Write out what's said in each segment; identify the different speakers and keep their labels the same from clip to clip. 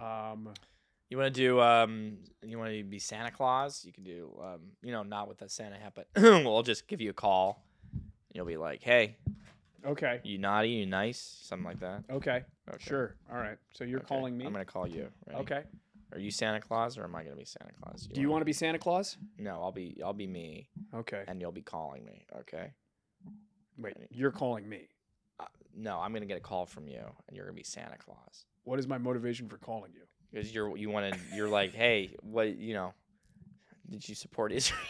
Speaker 1: Um,
Speaker 2: You want to do um you want to be Santa Claus? You can do um you know not with a Santa hat, but we'll just give you a call. You'll be like, "Hey,
Speaker 1: okay.
Speaker 2: you naughty, you nice," something like that.
Speaker 1: Okay.
Speaker 2: Okay.
Speaker 1: Sure. All right. So you're
Speaker 2: Okay.
Speaker 1: calling me.
Speaker 2: I'm going to call you. Ready?
Speaker 1: okay.
Speaker 2: Are you Santa Claus or am I going to be Santa Claus?
Speaker 1: Do you want to be Santa Claus?
Speaker 2: to No, I'll be I'll be me
Speaker 1: Okay.
Speaker 2: and you'll be calling me, okay?
Speaker 1: Wait. You're calling me.
Speaker 2: Uh, no, I'm going to get a call from you and you're going to be Santa Claus.
Speaker 1: What is my motivation for calling you?
Speaker 2: Cuz you're you want to you're like, "Hey, what, you know, did you support Israel?"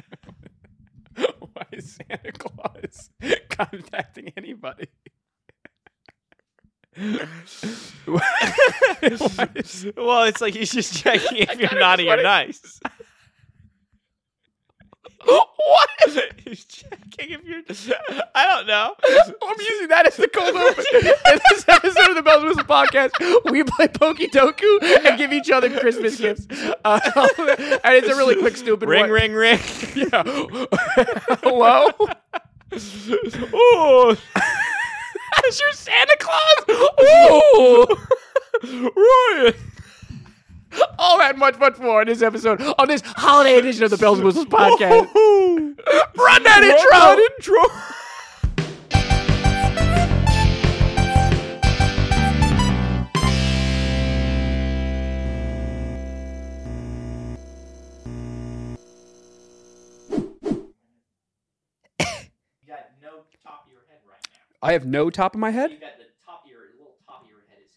Speaker 1: Why is Santa Claus contacting anybody? Why is-
Speaker 2: well, it's like he's just checking
Speaker 1: I
Speaker 2: if you're
Speaker 1: kinda
Speaker 2: naughty
Speaker 1: just
Speaker 2: or
Speaker 1: wanna-
Speaker 2: nice.
Speaker 1: what?
Speaker 2: he's checking if you're. I don't know.
Speaker 1: I'm using that as the cold open. In this episode of the Bells and Whistles podcast, we play Pokey Doku and give each other Christmas gifts. Uh, and it's a really quick, stupid
Speaker 2: ring,
Speaker 1: one.
Speaker 2: ring, ring.
Speaker 1: Hello?
Speaker 2: oh,
Speaker 1: That's your Santa Claus?
Speaker 2: Ryan.
Speaker 1: All that and much, much more in this episode on this holiday edition of the Bells and Whistles podcast. Run that intro!
Speaker 3: You got no top of your head right now.
Speaker 1: I have no top of my
Speaker 3: You
Speaker 1: head.
Speaker 3: got the top of your little top of your head is.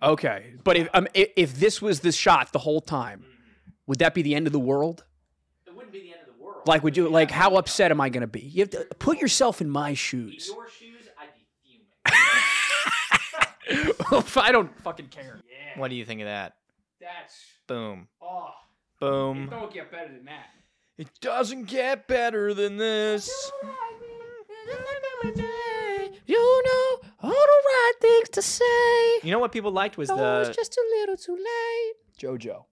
Speaker 3: your-
Speaker 1: Okay, but if um, i- if this was the shot the whole time, would that be the end of the world?
Speaker 3: It wouldn't be the end of the world.
Speaker 1: Like, would you
Speaker 3: It'd be
Speaker 1: like?
Speaker 3: that
Speaker 1: How
Speaker 3: big.
Speaker 1: upset am I going to be? You have to put yourself in my
Speaker 3: In
Speaker 1: shoes.
Speaker 3: your shoes, I'd be fuming.
Speaker 1: I don't fucking care.
Speaker 3: yeah.
Speaker 2: What do you think of that?
Speaker 3: That's
Speaker 2: Boom,
Speaker 3: oh, it
Speaker 2: boom.
Speaker 3: don't get better than that.
Speaker 2: It doesn't get better than this.
Speaker 1: You know all the right things to say.
Speaker 2: You know what people liked was the
Speaker 1: just a little too late. Jojo.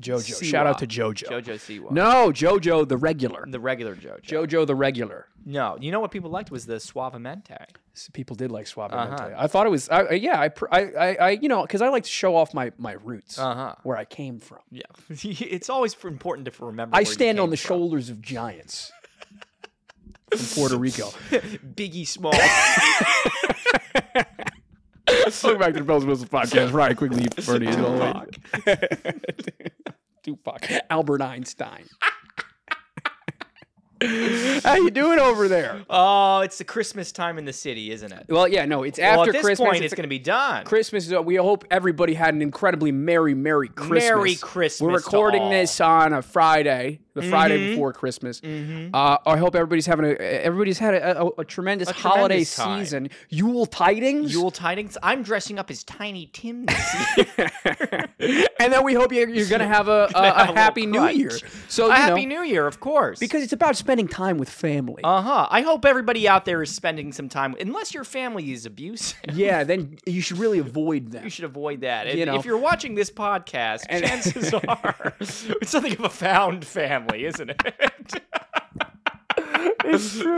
Speaker 1: Jojo.
Speaker 2: Siwa.
Speaker 1: Shout out to Jojo.
Speaker 2: JoJo Siwa.
Speaker 1: No, Jojo the regular.
Speaker 2: the regular JoJo.
Speaker 1: Jojo the regular.
Speaker 2: No, you know what people liked was the suavemente.
Speaker 1: S- People did like Suave
Speaker 2: Uh-huh.
Speaker 1: Mente. I thought it was, I, I- yeah, I, pr- I, I, I you know, because I like to show off my, my roots,
Speaker 2: Uh huh.
Speaker 1: where I came from.
Speaker 2: Yeah, it's always f- important to remember.
Speaker 1: I
Speaker 2: where you
Speaker 1: stand on
Speaker 2: came
Speaker 1: the
Speaker 2: from.
Speaker 1: shoulders of giants from Puerto Rico.
Speaker 2: Biggie Small.
Speaker 1: Welcome back to the Bells and Whistles podcast. Ryan Quigley, Bernie
Speaker 2: Tupac.
Speaker 1: Tupac, Albert Einstein. How you doing over there?
Speaker 2: oh, it's the Christmas time in the city, isn't it?
Speaker 1: Well, yeah, no, it's
Speaker 2: well,
Speaker 1: after
Speaker 2: at this
Speaker 1: Christmas.
Speaker 2: point, it's going to be done.
Speaker 1: Christmas. is- We hope everybody had an incredibly merry, merry Christmas.
Speaker 2: Merry Christmas.
Speaker 1: We're
Speaker 2: to
Speaker 1: recording
Speaker 2: all.
Speaker 1: this on a Friday, the Friday
Speaker 2: Mhm.
Speaker 1: before Christmas.
Speaker 2: Mhm.
Speaker 1: Uh, I hope everybody's having a everybody's had a, a, a tremendous
Speaker 2: A
Speaker 1: holiday
Speaker 2: tremendous time.
Speaker 1: season. Yule tidings.
Speaker 2: Yule tidings. I'm dressing up as Tiny Tim this year.
Speaker 1: and then we hope you're, you're going to have a, a,
Speaker 2: Have a
Speaker 1: Uh, a
Speaker 2: little
Speaker 1: happy New
Speaker 2: crunch.
Speaker 1: Year. So
Speaker 2: Oh, a
Speaker 1: you
Speaker 2: Happy
Speaker 1: know,
Speaker 2: New Year, of course.
Speaker 1: because it's about spending time with family.
Speaker 2: uh huh. I hope everybody out there is spending some time. Unless your family is abusive,
Speaker 1: yeah, then you should really avoid
Speaker 2: you
Speaker 1: them.
Speaker 2: should avoid that. If,
Speaker 1: You know.
Speaker 2: if you're watching this podcast,
Speaker 1: And-
Speaker 2: chances are it's something of a found family, isn't it?
Speaker 1: it's true.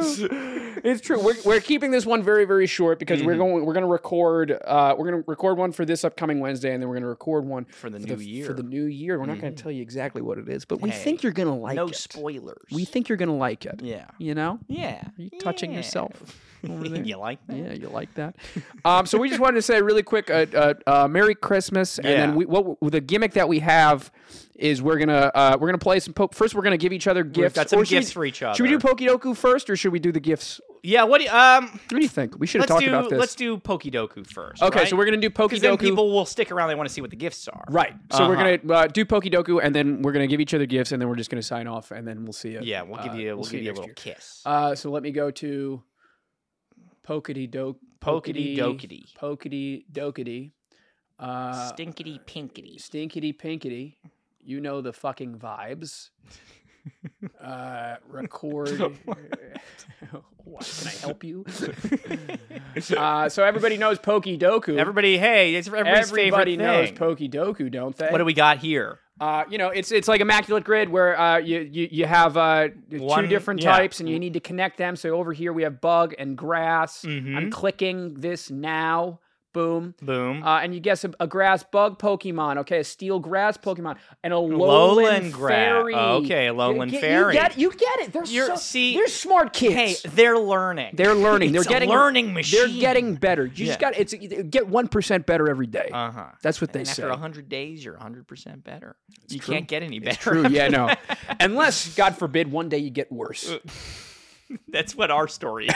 Speaker 1: It's true. We're, we're keeping this one very very short because
Speaker 2: Mm-hmm.
Speaker 1: we're going we're going to record uh, we're going to record one for this upcoming Wednesday and then we're going to record one
Speaker 2: For the
Speaker 1: for
Speaker 2: new
Speaker 1: the,
Speaker 2: year. Mm-hmm.
Speaker 1: for the new year. We're not going to tell you exactly what it is, but we
Speaker 2: Hey,
Speaker 1: think you're going to like
Speaker 2: no
Speaker 1: it.
Speaker 2: spoilers.
Speaker 1: we think you're going to like it.
Speaker 2: Yeah.
Speaker 1: You know?
Speaker 2: Yeah.
Speaker 1: Are you touching
Speaker 2: Yeah.
Speaker 1: yourself over there?
Speaker 2: you like that?
Speaker 1: Yeah, you like that. um, so we just wanted to say really quick, uh, uh, uh, Merry Christmas, and
Speaker 2: Yeah.
Speaker 1: then we, what w- the gimmick that we have is we're gonna uh, we're gonna play some po- first. We're gonna give each other gifts.
Speaker 2: We've got some
Speaker 1: or should we-
Speaker 2: gifts for each other.
Speaker 1: Should we do Pokidoku first, or should we do the gifts?
Speaker 2: Yeah. What? Do you, um.
Speaker 1: What do you think? We should have
Speaker 2: Let's
Speaker 1: talked
Speaker 2: do.
Speaker 1: about this.
Speaker 2: Let's do Pokidoku first.
Speaker 1: okay,
Speaker 2: right?
Speaker 1: so we're gonna do
Speaker 2: because then
Speaker 1: Pokidoku.
Speaker 2: people will stick around. They want to see what the gifts are.
Speaker 1: Right. So
Speaker 2: Uh-huh.
Speaker 1: we're gonna uh, do Pokidoku, and then we're gonna give each other gifts, and then we're just gonna sign off, and then we'll see it.
Speaker 2: Yeah. We'll give
Speaker 1: uh,
Speaker 2: you. We'll,
Speaker 1: see
Speaker 2: give you a
Speaker 1: next
Speaker 2: little
Speaker 1: year.
Speaker 2: kiss.
Speaker 1: Uh, so let me go to Pokety Doke.
Speaker 2: Pokety dokety.
Speaker 1: Pokety Dokety. Uh,
Speaker 2: Stinkity pinkity.
Speaker 1: Stinkity Pinkety. You know the fucking vibes. uh, record. what, can I help you? uh, so everybody knows Pokey Doku.
Speaker 2: Everybody. Hey, it's everybody's
Speaker 1: Everybody
Speaker 2: favorite
Speaker 1: knows
Speaker 2: thing.
Speaker 1: Pokey Doku, don't they?
Speaker 2: what do we got here?
Speaker 1: Uh, you know, it's it's like immaculate grid where uh, you, you you have uh,
Speaker 2: One-
Speaker 1: two different
Speaker 2: yeah. Mm-hmm.
Speaker 1: types and you need to connect them. So over here we have bug and grass.
Speaker 2: Mhm.
Speaker 1: I'm clicking this now. Boom.
Speaker 2: Boom.
Speaker 1: Uh, and you guess a, a grass bug Pokemon, okay, a steel grass Pokemon, and a lowland,
Speaker 2: Lowland gra-
Speaker 1: fairy.
Speaker 2: okay, lowland
Speaker 1: you, get-
Speaker 2: fairy.
Speaker 1: You get, you get it. They're
Speaker 2: You're-
Speaker 1: so,
Speaker 2: see-
Speaker 1: they're smart kids.
Speaker 2: hey, they're learning.
Speaker 1: they're learning. They're
Speaker 2: It's a
Speaker 1: getting
Speaker 2: learning machine.
Speaker 1: They're getting better. You just
Speaker 2: Yeah.
Speaker 1: got it's get one percent better every day.
Speaker 2: Uh huh.
Speaker 1: That's what they
Speaker 2: and
Speaker 1: say.
Speaker 2: after 100 days, you're 100% better. you
Speaker 1: true.
Speaker 2: can't get any better.
Speaker 1: True. Yeah. No. Unless, God forbid, one day you get worse.
Speaker 2: Uh, That's what our story is.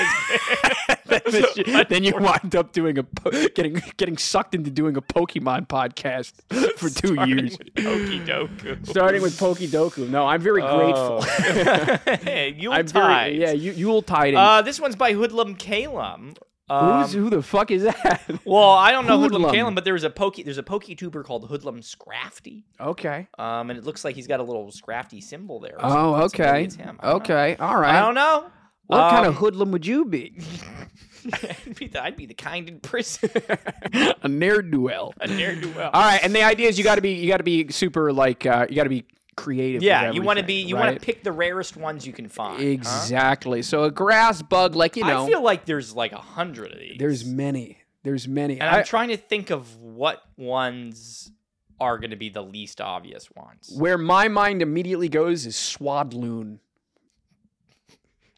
Speaker 1: then you wind up doing a po- getting getting sucked into doing a Pokemon podcast for two years,
Speaker 2: Okie doku.
Speaker 1: starting with Pokidoku. No, I'm very
Speaker 2: Oh,
Speaker 1: grateful.
Speaker 2: hey, you'll
Speaker 1: I'm
Speaker 2: tie.
Speaker 1: very yeah. You you'll tie it.
Speaker 2: Uh, this one's by Hoodlum Kalem. Um,
Speaker 1: Who's, who the fuck is that?
Speaker 2: well, I don't know Hoodlum,
Speaker 1: Hoodlum?
Speaker 2: Kalem, but there's a pokey. There's a PokeTuber called Hoodlum Scrafty,
Speaker 1: okay.
Speaker 2: um, and it looks like he's got a little Scrafty symbol there. or
Speaker 1: Oh,
Speaker 2: something, so maybe
Speaker 1: okay.
Speaker 2: it's him. I don't know.
Speaker 1: Okay. All right.
Speaker 2: I don't know.
Speaker 1: what kind of
Speaker 2: Um,
Speaker 1: hoodlum would you be?
Speaker 2: I'd be the, I'd be the kind in prison.
Speaker 1: a ne'er do well.
Speaker 2: I dare do well.
Speaker 1: All right, and the idea is you got to be you got to be super like uh, you got to be creative. with
Speaker 2: Yeah, you want to be.
Speaker 1: everything,
Speaker 2: You want
Speaker 1: right?
Speaker 2: to pick the rarest ones you can find. huh?
Speaker 1: exactly. So a grass bug, like you know,
Speaker 2: I feel like there's like a hundred of these.
Speaker 1: there's many, there's many.
Speaker 2: and I'm
Speaker 1: I-
Speaker 2: trying to think of what ones are going to be the least obvious ones.
Speaker 1: where my mind immediately goes is swadloon.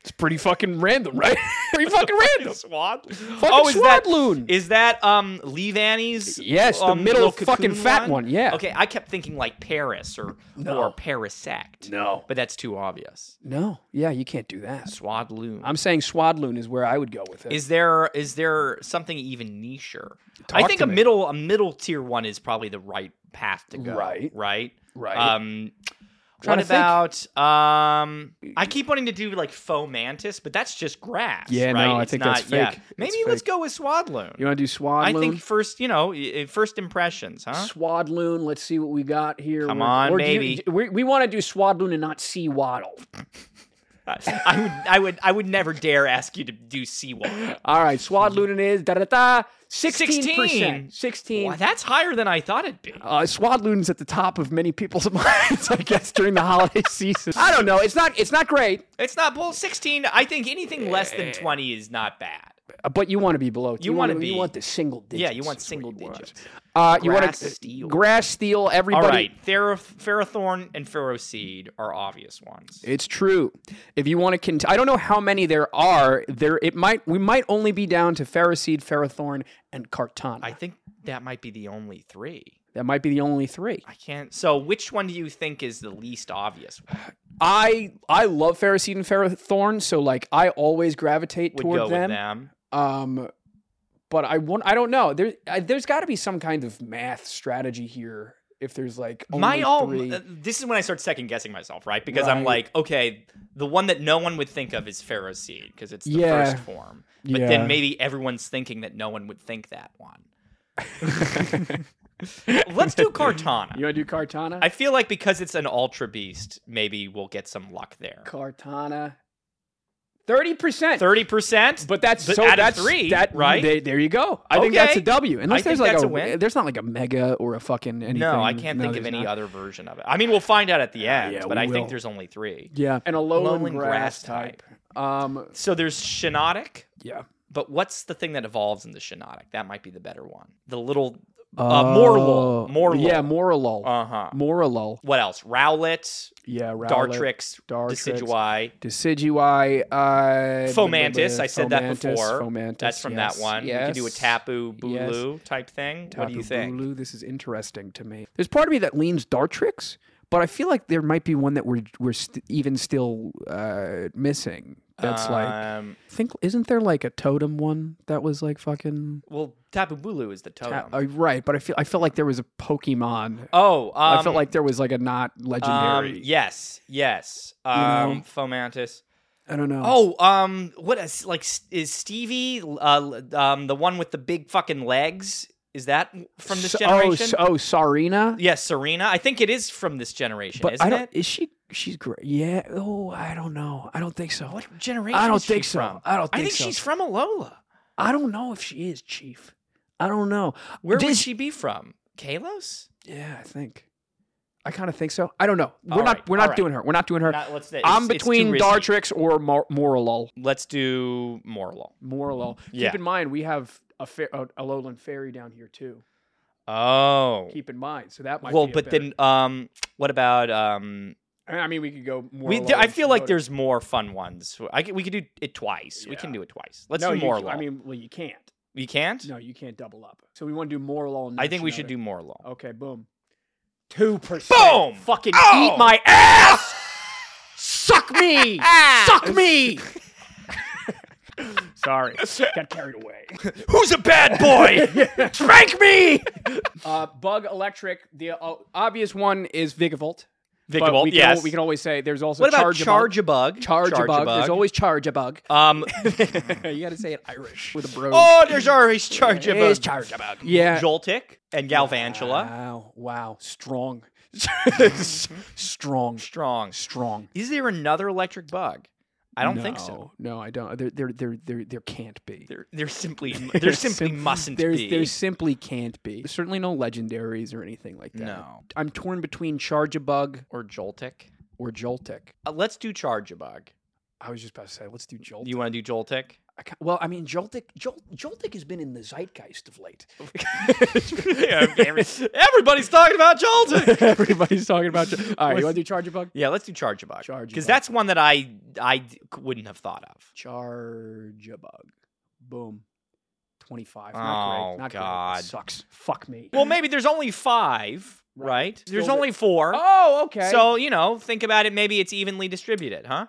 Speaker 1: It's pretty fucking random, right? pretty fucking random.
Speaker 2: Swad?
Speaker 1: Fucking
Speaker 2: Oh, is that
Speaker 1: swadloon.
Speaker 2: is that um Leave Annie's?
Speaker 1: Yes, the
Speaker 2: um,
Speaker 1: middle
Speaker 2: little
Speaker 1: fucking
Speaker 2: cocoon
Speaker 1: fat one, yeah.
Speaker 2: Okay, I kept thinking like Paris or or Parasect.
Speaker 1: No.
Speaker 2: But that's too obvious.
Speaker 1: No, yeah, you can't do that.
Speaker 2: Swadloon.
Speaker 1: I'm saying swadloon is where I would go with it.
Speaker 2: Is there is there something even nicher? I
Speaker 1: Talk
Speaker 2: think
Speaker 1: to
Speaker 2: a
Speaker 1: me.
Speaker 2: middle a middle tier one is probably the right path to go.
Speaker 1: Right.
Speaker 2: Right.
Speaker 1: Right.
Speaker 2: Um,
Speaker 1: trying
Speaker 2: what
Speaker 1: to think.
Speaker 2: about um? I keep wanting to do like faux mantis, but that's just grass.
Speaker 1: Yeah, no,
Speaker 2: right?
Speaker 1: I
Speaker 2: It's
Speaker 1: think that's
Speaker 2: yeah.
Speaker 1: fake.
Speaker 2: Maybe
Speaker 1: That's
Speaker 2: let's
Speaker 1: fake.
Speaker 2: go with swadloon.
Speaker 1: you want to do swadloon?
Speaker 2: I think first, you know, i- i- first impressions, huh?
Speaker 1: Swadloon. Let's see what we got here.
Speaker 2: Come
Speaker 1: We're-
Speaker 2: on,
Speaker 1: or do you-
Speaker 2: baby.
Speaker 1: d- we we want to do Swadloon and not Sea Waddle.
Speaker 2: I I would, I would, I would never dare ask you to do seawater.
Speaker 1: All right, Swadloon it is da da da. Sixteen
Speaker 2: 16.
Speaker 1: percent. Sixteen.
Speaker 2: Wow, that's higher than I thought it'd be.
Speaker 1: Uh, Swadloon's at the top of many people's minds, I guess, during the holiday season. I don't know. It's not. It's not great,
Speaker 2: It's not bull. Sixteen. I think anything less than twenty is not bad.
Speaker 1: uh, Eh. but you want to be below.
Speaker 2: You wanna
Speaker 1: You
Speaker 2: be-
Speaker 1: want the single digits.
Speaker 2: Yeah, you want
Speaker 1: is what
Speaker 2: single
Speaker 1: you want.
Speaker 2: digits.
Speaker 1: Uh, you want
Speaker 2: Grass
Speaker 1: to
Speaker 2: steel.
Speaker 1: grass steel.
Speaker 2: All
Speaker 1: Everybody.
Speaker 2: right, Thera- Ferrothorn and Ferroseed are obvious ones.
Speaker 1: It's true. If you want to, cont- I don't know how many there are. There, it might. We might only be down to Ferroseed, Ferrothorn, and Cartana.
Speaker 2: I think that might be the only three.
Speaker 1: That might be the only three.
Speaker 2: I can't. So, which one do you think is the least obvious? One?
Speaker 1: I I love Phariseed and Ferrothorn, so like I always gravitate
Speaker 2: Would go
Speaker 1: toward them.
Speaker 2: with them.
Speaker 1: Um, but I want I don't know. There I, there's got to be some kind of math strategy here. If there's like only
Speaker 2: My own. uh,
Speaker 1: three.
Speaker 2: This is when I start second guessing myself, right? Because I'm
Speaker 1: Right.
Speaker 2: like, okay, the one that no one would think of is Ferroseed because it's the
Speaker 1: Yeah.
Speaker 2: first form. But then
Speaker 1: Yeah.
Speaker 2: maybe everyone's thinking that no one would think that one. Let's do Cartana.
Speaker 1: you want to do Cartana?
Speaker 2: I feel like because it's an ultra beast, maybe we'll get some luck there.
Speaker 1: Cartana. Thirty percent.
Speaker 2: Thirty percent,
Speaker 1: But that's
Speaker 2: But
Speaker 1: so
Speaker 2: out of
Speaker 1: that's
Speaker 2: three,
Speaker 1: that
Speaker 2: right?
Speaker 1: they- there you go. I think that's a
Speaker 2: Okay.
Speaker 1: W. Unless
Speaker 2: I
Speaker 1: there's
Speaker 2: think
Speaker 1: like
Speaker 2: that's
Speaker 1: a,
Speaker 2: a win.
Speaker 1: there's not like a mega or a fucking anything.
Speaker 2: no, I can't think of
Speaker 1: there's
Speaker 2: any
Speaker 1: not.
Speaker 2: other version of it. I mean, we'll find out at the end,
Speaker 1: yeah,
Speaker 2: but
Speaker 1: we
Speaker 2: I
Speaker 1: will.
Speaker 2: think there's only three.
Speaker 1: Yeah, and a lowland,
Speaker 2: Lowland
Speaker 1: grass,
Speaker 2: grass
Speaker 1: type. Um,
Speaker 2: So there's Shenotic,
Speaker 1: yeah.
Speaker 2: but what's the thing that evolves into Shenotic? That might be the better one. The little uh, Morlul,
Speaker 1: Oh,
Speaker 2: Morlul.
Speaker 1: Yeah, Morlul.
Speaker 2: Uh huh.
Speaker 1: Morlul.
Speaker 2: What else? Rowlet,
Speaker 1: Yeah, Rowlet,
Speaker 2: Dartrix,
Speaker 1: Dartrix,
Speaker 2: Decidueye.
Speaker 1: Decidui. Uh,
Speaker 2: Fomantis,
Speaker 1: blah,
Speaker 2: I said that
Speaker 1: Fomantis,
Speaker 2: before.
Speaker 1: Fomantis,
Speaker 2: That's from
Speaker 1: yes,
Speaker 2: that one. We could do a
Speaker 1: yes.
Speaker 2: Tapu
Speaker 1: yes.
Speaker 2: Bulu type thing. what do you
Speaker 1: Tapu
Speaker 2: think?
Speaker 1: Bulu, this is interesting to me. There's part of me that leans Dartrix, but I feel like there might be one that we're we're st- even still uh, missing. That's like I
Speaker 2: Um,
Speaker 1: think isn't there like a totem one that was like fucking
Speaker 2: well, Tapu Bulu is the totem.
Speaker 1: uh, right? But I feel I felt like there was a Pokemon.
Speaker 2: oh, um,
Speaker 1: I felt like there was like a not
Speaker 2: um,
Speaker 1: legendary.
Speaker 2: yes, yes. Um,
Speaker 1: know?
Speaker 2: Fomantis.
Speaker 1: I don't know.
Speaker 2: Oh, um, what is like s- is Stevie, uh, um, the one with the big fucking legs? Is that from this
Speaker 1: S-
Speaker 2: generation?
Speaker 1: Oh, s- oh Sarina.
Speaker 2: yes, Serena. I think it is from this generation,
Speaker 1: But
Speaker 2: isn't
Speaker 1: I don't.
Speaker 2: it?
Speaker 1: Is she? She's great. Yeah. Oh, I don't know. I don't think so.
Speaker 2: What generation?
Speaker 1: I don't
Speaker 2: is she
Speaker 1: think so.
Speaker 2: from?
Speaker 1: I don't think,
Speaker 2: I think
Speaker 1: so.
Speaker 2: she's from Alola.
Speaker 1: I don't know if she is chief. I don't know.
Speaker 2: Where
Speaker 1: Did
Speaker 2: would she be from? Kalos?
Speaker 1: Yeah, I think. I kind of think so. I don't know. We're
Speaker 2: All
Speaker 1: not.
Speaker 2: right,
Speaker 1: We're not
Speaker 2: all right.
Speaker 1: doing her. We're not doing her.
Speaker 2: Not, let's, it's-
Speaker 1: I'm
Speaker 2: it's too
Speaker 1: between
Speaker 2: risky.
Speaker 1: Dartrix or Mor- Morolol.
Speaker 2: Let's do Morlul.
Speaker 1: Morolol.
Speaker 2: Yeah.
Speaker 1: Keep in mind, we have a, fair, a, a lowland ferry down here too.
Speaker 2: Oh.
Speaker 1: Keep in mind. So that might.
Speaker 2: Well,
Speaker 1: be a
Speaker 2: but
Speaker 1: better-
Speaker 2: then um, what about um?
Speaker 1: I mean, we could go more.
Speaker 2: We, I
Speaker 1: lowland
Speaker 2: feel like
Speaker 1: Shimoda.
Speaker 2: there's more fun ones. I c- we could do it twice. We can
Speaker 1: Yeah.
Speaker 2: do it twice. Let's
Speaker 1: no,
Speaker 2: do
Speaker 1: you
Speaker 2: more
Speaker 1: c-
Speaker 2: law.
Speaker 1: I mean, well, you can't.
Speaker 2: you can't.
Speaker 1: No, you can't double up. So we want to do more law. and
Speaker 2: I
Speaker 1: not
Speaker 2: think we should
Speaker 1: Shinoda.
Speaker 2: do more law.
Speaker 1: Okay, boom. Two percent.
Speaker 2: Boom!
Speaker 1: Fucking
Speaker 2: Oh!
Speaker 1: eat my ass. Suck me.
Speaker 2: Ah!
Speaker 1: Suck me. Sorry, got carried away.
Speaker 2: Who's a bad boy? Frank me.
Speaker 1: Uh, Bug Electric. The uh, obvious one is Vigavolt. but
Speaker 2: Vicavolt,
Speaker 1: we can, al-
Speaker 2: yes.
Speaker 1: we can always say there's also
Speaker 2: what about
Speaker 1: charge
Speaker 2: charge a bug?
Speaker 1: Charge a bug. There's always charge a bug.
Speaker 2: um.
Speaker 1: you got to say it Irish with a bro.
Speaker 2: oh, there's always charge a
Speaker 1: It is
Speaker 2: bug.
Speaker 1: charge a bug. Yeah.
Speaker 2: Joltik and Galvantula.
Speaker 1: Wow. Wow. Strong. strong.
Speaker 2: Strong.
Speaker 1: Strong.
Speaker 2: Is there another electric bug? I don't think so.
Speaker 1: No, I don't. There, there, there, there, there can't be.
Speaker 2: There, there simply, there simply
Speaker 1: sim-
Speaker 2: mustn't
Speaker 1: there's,
Speaker 2: be.
Speaker 1: There simply can't be. There's certainly no legendaries or anything like that.
Speaker 2: no.
Speaker 1: I'm torn between Charge a Bug
Speaker 2: Or Joltik.
Speaker 1: or Joltik.
Speaker 2: Uh, let's do charge a bug.
Speaker 1: I was just about to say, let's do Joltik.
Speaker 2: You want to do Joltik?
Speaker 1: I ca- well, I mean, Joltik, Jol- Joltik has been in the zeitgeist of late.
Speaker 2: Yeah, every- everybody's talking about Joltik.
Speaker 1: Everybody's talking about. Jol- All right, you want to do Charge a Bug?
Speaker 2: Yeah, let's do Charge a Bug.
Speaker 1: Charge a
Speaker 2: Because
Speaker 1: Bug.
Speaker 2: that's one that I I d- wouldn't have thought of.
Speaker 1: Charge a bug. Boom. 25.
Speaker 2: Oh,
Speaker 1: Not great. Not
Speaker 2: God.
Speaker 1: great. Sucks. Fuck me.
Speaker 2: Well, maybe there's only five,
Speaker 1: Right.
Speaker 2: right? There's
Speaker 1: Still
Speaker 2: only four.
Speaker 1: oh, okay.
Speaker 2: So, you know, think about it. Maybe it's evenly distributed, huh?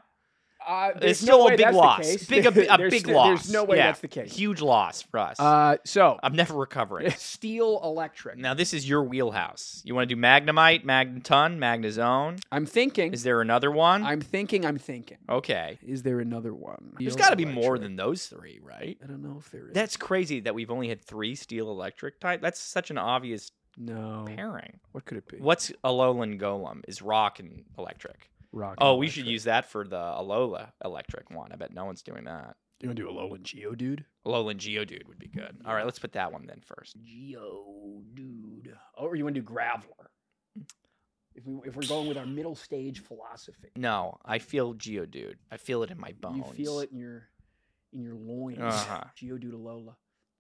Speaker 1: uh,
Speaker 2: It's
Speaker 1: there's no
Speaker 2: still
Speaker 1: way
Speaker 2: a big
Speaker 1: that's the
Speaker 2: loss.
Speaker 1: case.
Speaker 2: Big, a, bi- a
Speaker 1: There's
Speaker 2: big
Speaker 1: sti-
Speaker 2: loss.
Speaker 1: There's no way
Speaker 2: Yeah.
Speaker 1: that's the case.
Speaker 2: Huge loss for us.
Speaker 1: Uh, so,
Speaker 2: I'm never recovering.
Speaker 1: steel electric.
Speaker 2: now, this is your wheelhouse. You want to do Magnemite, Magneton, Magnezone?
Speaker 1: I'm thinking.
Speaker 2: Is there another one?
Speaker 1: I'm thinking. I'm thinking.
Speaker 2: okay.
Speaker 1: Is there another one?
Speaker 2: There's
Speaker 1: Steel
Speaker 2: got to be more
Speaker 1: electric.
Speaker 2: than those three, right?
Speaker 1: I don't know if there is.
Speaker 2: That's crazy that we've only had three steel electric type. That's such an obvious
Speaker 1: no.
Speaker 2: pairing.
Speaker 1: What could it be?
Speaker 2: What's Alolan Golem? Is rock and electric.
Speaker 1: Rock.
Speaker 2: Oh,
Speaker 1: and
Speaker 2: we should
Speaker 1: electric.
Speaker 2: use that for the Alola electric one. I bet no one's doing that.
Speaker 1: You want to do a Lowland Geo, dude?
Speaker 2: Alolan Geodude would be good. All right, let's put that one then first.
Speaker 1: Geo dude. Oh, or you want to do Graveler? If, we, if we're going with our middle stage philosophy,
Speaker 2: No, I feel Geodude. I feel it in my bones.
Speaker 1: you feel it in your in your loins.
Speaker 2: Uh-huh.
Speaker 1: Geodude Alola.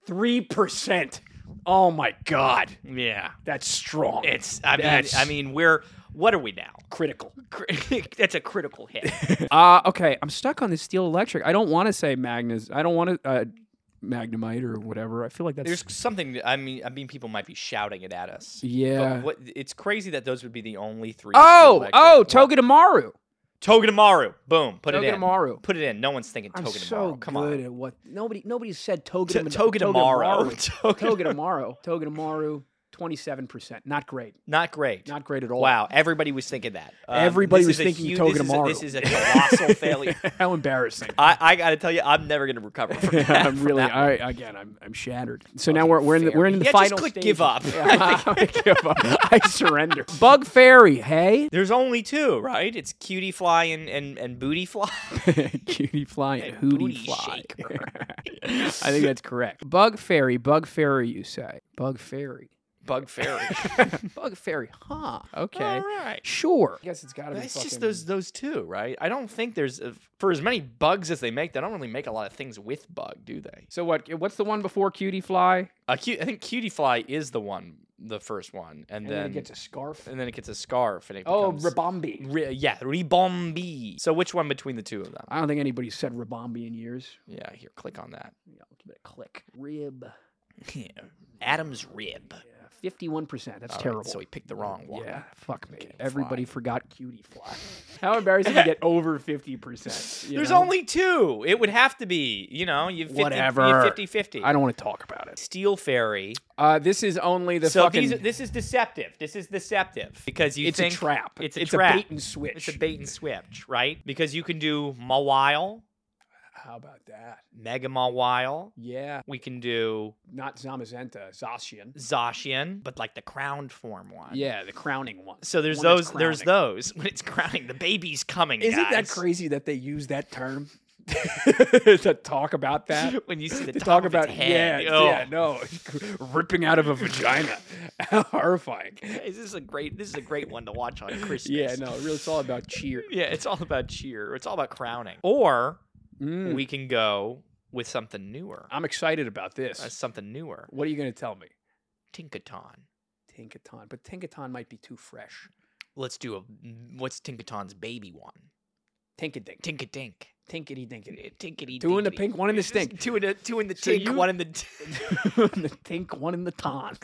Speaker 1: Three percent. Oh my god,
Speaker 2: Yeah.
Speaker 1: that's strong.
Speaker 2: It's I mean
Speaker 1: That's-
Speaker 2: I mean we're what are we now?
Speaker 1: critical.
Speaker 2: Cri- That's a critical hit.
Speaker 1: Uh okay. I'm stuck on this steel electric. I don't want to say Magnus. I don't want to uh, Magnemite or whatever. I feel like that's
Speaker 2: There's something that- I mean I mean people might be shouting it at us. But
Speaker 1: yeah.
Speaker 2: what, it's crazy that those would be the only three.
Speaker 1: Oh
Speaker 2: electric
Speaker 1: oh
Speaker 2: ones.
Speaker 1: Togedemaru.
Speaker 2: Togedemaru. Boom. Put it in.
Speaker 1: Togedemaru.
Speaker 2: Put it in. No one's thinking
Speaker 1: I'm
Speaker 2: Togedemaru.
Speaker 1: so
Speaker 2: Come
Speaker 1: good
Speaker 2: on.
Speaker 1: at what nobody nobody said
Speaker 2: T-
Speaker 1: Togedem-
Speaker 2: Togedemaru. Toged-
Speaker 1: Togedemaru. Togedemaru. Twenty-seven percent. Not great.
Speaker 2: Not great.
Speaker 1: Not great at all.
Speaker 2: wow. Everybody was thinking that. Um,
Speaker 1: Everybody
Speaker 2: this
Speaker 1: was
Speaker 2: is a
Speaker 1: thinking
Speaker 2: huge-
Speaker 1: Togedemaru.
Speaker 2: This is, a, this is a colossal failure.
Speaker 1: How embarrassing.
Speaker 2: I, I got to tell you, I'm never going to recover from that.
Speaker 1: I'm
Speaker 2: from
Speaker 1: really.
Speaker 2: that.
Speaker 1: I, again, I'm I'm shattered. So now we're we're in the,
Speaker 2: fair.
Speaker 1: we're in the
Speaker 2: Yeah, just
Speaker 1: final.
Speaker 2: click
Speaker 1: stages.
Speaker 2: give up.
Speaker 1: Yeah, I give up. I surrender. Bug fairy. Hey,
Speaker 2: There's only two, right? It's Cutie Fly and, and, and Booty Fly.
Speaker 1: cutie fly and hootie
Speaker 2: booty
Speaker 1: fly.
Speaker 2: shaker.
Speaker 1: I think that's correct. Bug fairy. Bug fairy. You say. Bug fairy.
Speaker 2: Bug Fairy.
Speaker 1: Bug fairy. Huh. Okay.
Speaker 2: All right.
Speaker 1: Sure. I guess it's got to be.
Speaker 2: It's
Speaker 1: fucking-
Speaker 2: just those those two, right? I don't think there's a, for as many bugs as they make. They don't really make a lot of things with bug, do they?
Speaker 1: So what? eh, What's the one before cutie fly?
Speaker 2: A cu- I think Cutie Fly is the one, the first one,
Speaker 1: And
Speaker 2: and, then,
Speaker 1: then it gets a scarf.
Speaker 2: and then it gets a scarf and it
Speaker 1: Oh,
Speaker 2: becomes
Speaker 1: Rabombi.
Speaker 2: Re- yeah, Rebombi. So which one between the two of them?
Speaker 1: I don't think anybody's said Rabombi in years.
Speaker 2: Yeah, here, click on that.
Speaker 1: Yeah, let's give it a click. Rib.
Speaker 2: Adam's rib.
Speaker 1: Yeah, fifty-one percent. That's
Speaker 2: All right,
Speaker 1: terrible.
Speaker 2: so he picked the wrong one.
Speaker 1: Yeah, fuck me.
Speaker 2: fly.
Speaker 1: Everybody forgot cutie fly. How embarrassing to get over fifty percent.
Speaker 2: There's only two. It would have to be, you know, you 50,
Speaker 1: Whatever.
Speaker 2: 50 50.
Speaker 1: I don't want to talk about it.
Speaker 2: Steel Fairy.
Speaker 1: Uh, this is only the
Speaker 2: so
Speaker 1: fucking.
Speaker 2: these, this is deceptive. This is deceptive because you
Speaker 1: it's a
Speaker 2: think
Speaker 1: trap.
Speaker 2: It's,
Speaker 1: it's
Speaker 2: a trap.
Speaker 1: bait and switch.
Speaker 2: It's a bait and switch, right? Because you can do Mawile,
Speaker 1: How about that?
Speaker 2: Mega Mawile.
Speaker 1: Yeah,
Speaker 2: We can do
Speaker 1: not Zamazenta, Zacian.
Speaker 2: Zacian, but like the crowned form one.
Speaker 1: Yeah, the crowning one.
Speaker 2: So there's
Speaker 1: One that's
Speaker 2: those. There's
Speaker 1: crowning.
Speaker 2: those. When it's crowning, the baby's coming.
Speaker 1: Isn't that
Speaker 2: guys.
Speaker 1: crazy that they use that term to talk about that?
Speaker 2: when you see the
Speaker 1: to
Speaker 2: top
Speaker 1: talk
Speaker 2: of
Speaker 1: about
Speaker 2: its head.
Speaker 1: yeah,
Speaker 2: oh.
Speaker 1: yeah, no, ripping out of a vagina, horrifying.
Speaker 2: This is a great. This is a great one to watch on Christmas.
Speaker 1: Yeah, no, really, it's all about cheer.
Speaker 2: Yeah, it's all about cheer. It's all about crowning. Or
Speaker 1: Mm.
Speaker 2: we can go with something newer.
Speaker 1: I'm excited about this.
Speaker 2: Uh, something newer.
Speaker 1: What are you going to tell me?
Speaker 2: Tinkaton.
Speaker 1: Tinkaton, but Tinkaton might be too fresh.
Speaker 2: Let's do a what's Tinkaton's baby one?
Speaker 1: Tinkadink,
Speaker 2: Tinkadink.
Speaker 1: tinkity dinkity.
Speaker 2: Tinkity.
Speaker 1: Two in the
Speaker 2: dinkity.
Speaker 1: pink, one in the
Speaker 2: Just
Speaker 1: stink.
Speaker 2: Two in the two in the
Speaker 1: So
Speaker 2: tink,
Speaker 1: you-
Speaker 2: one in the t-
Speaker 1: the tink, one in the ton.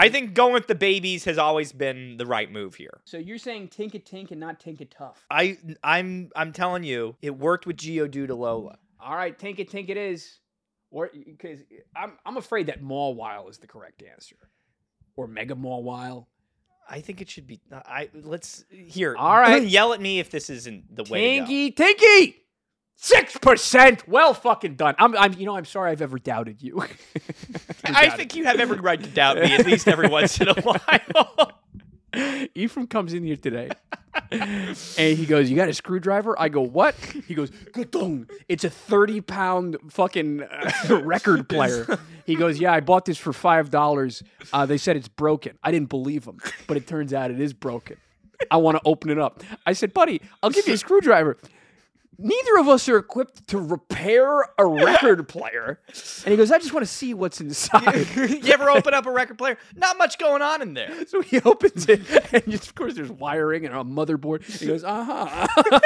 Speaker 2: I think going with the babies has always been the right move here.
Speaker 1: So you're saying Tinka Tink and not Tinka Tough.
Speaker 2: I I'm I'm telling you, it worked with Geodude Lola.
Speaker 1: All right, Tinka Tink it is. Or because I'm I'm afraid that Mawile is the correct answer. Or Mega Mawile.
Speaker 2: I think it should be I let's here.
Speaker 1: All right.
Speaker 2: yell at me if this isn't the way to go.
Speaker 1: Tinky Tinky! Six percent. Well fucking done. I'm I'm you know, I'm sorry I've ever doubted you.
Speaker 2: I think you have every right to doubt me at least every once in a while.
Speaker 1: Ephraim comes in here today and he goes, You got a screwdriver? I go, What? He goes, Gudung. It's a 30 pound fucking uh, record player. He goes, Yeah, I bought this for $5. Uh, they said it's broken. I didn't believe him, but it turns out it is broken. I want to open it up. I said, Buddy, I'll give you a screwdriver. Neither of us are equipped to repair a record player. And he goes, I just want to see what's inside.
Speaker 2: you ever open up a record player? Not much going on in there.
Speaker 1: So he opens it, and just, of course, there's wiring and a motherboard. He goes, uh huh.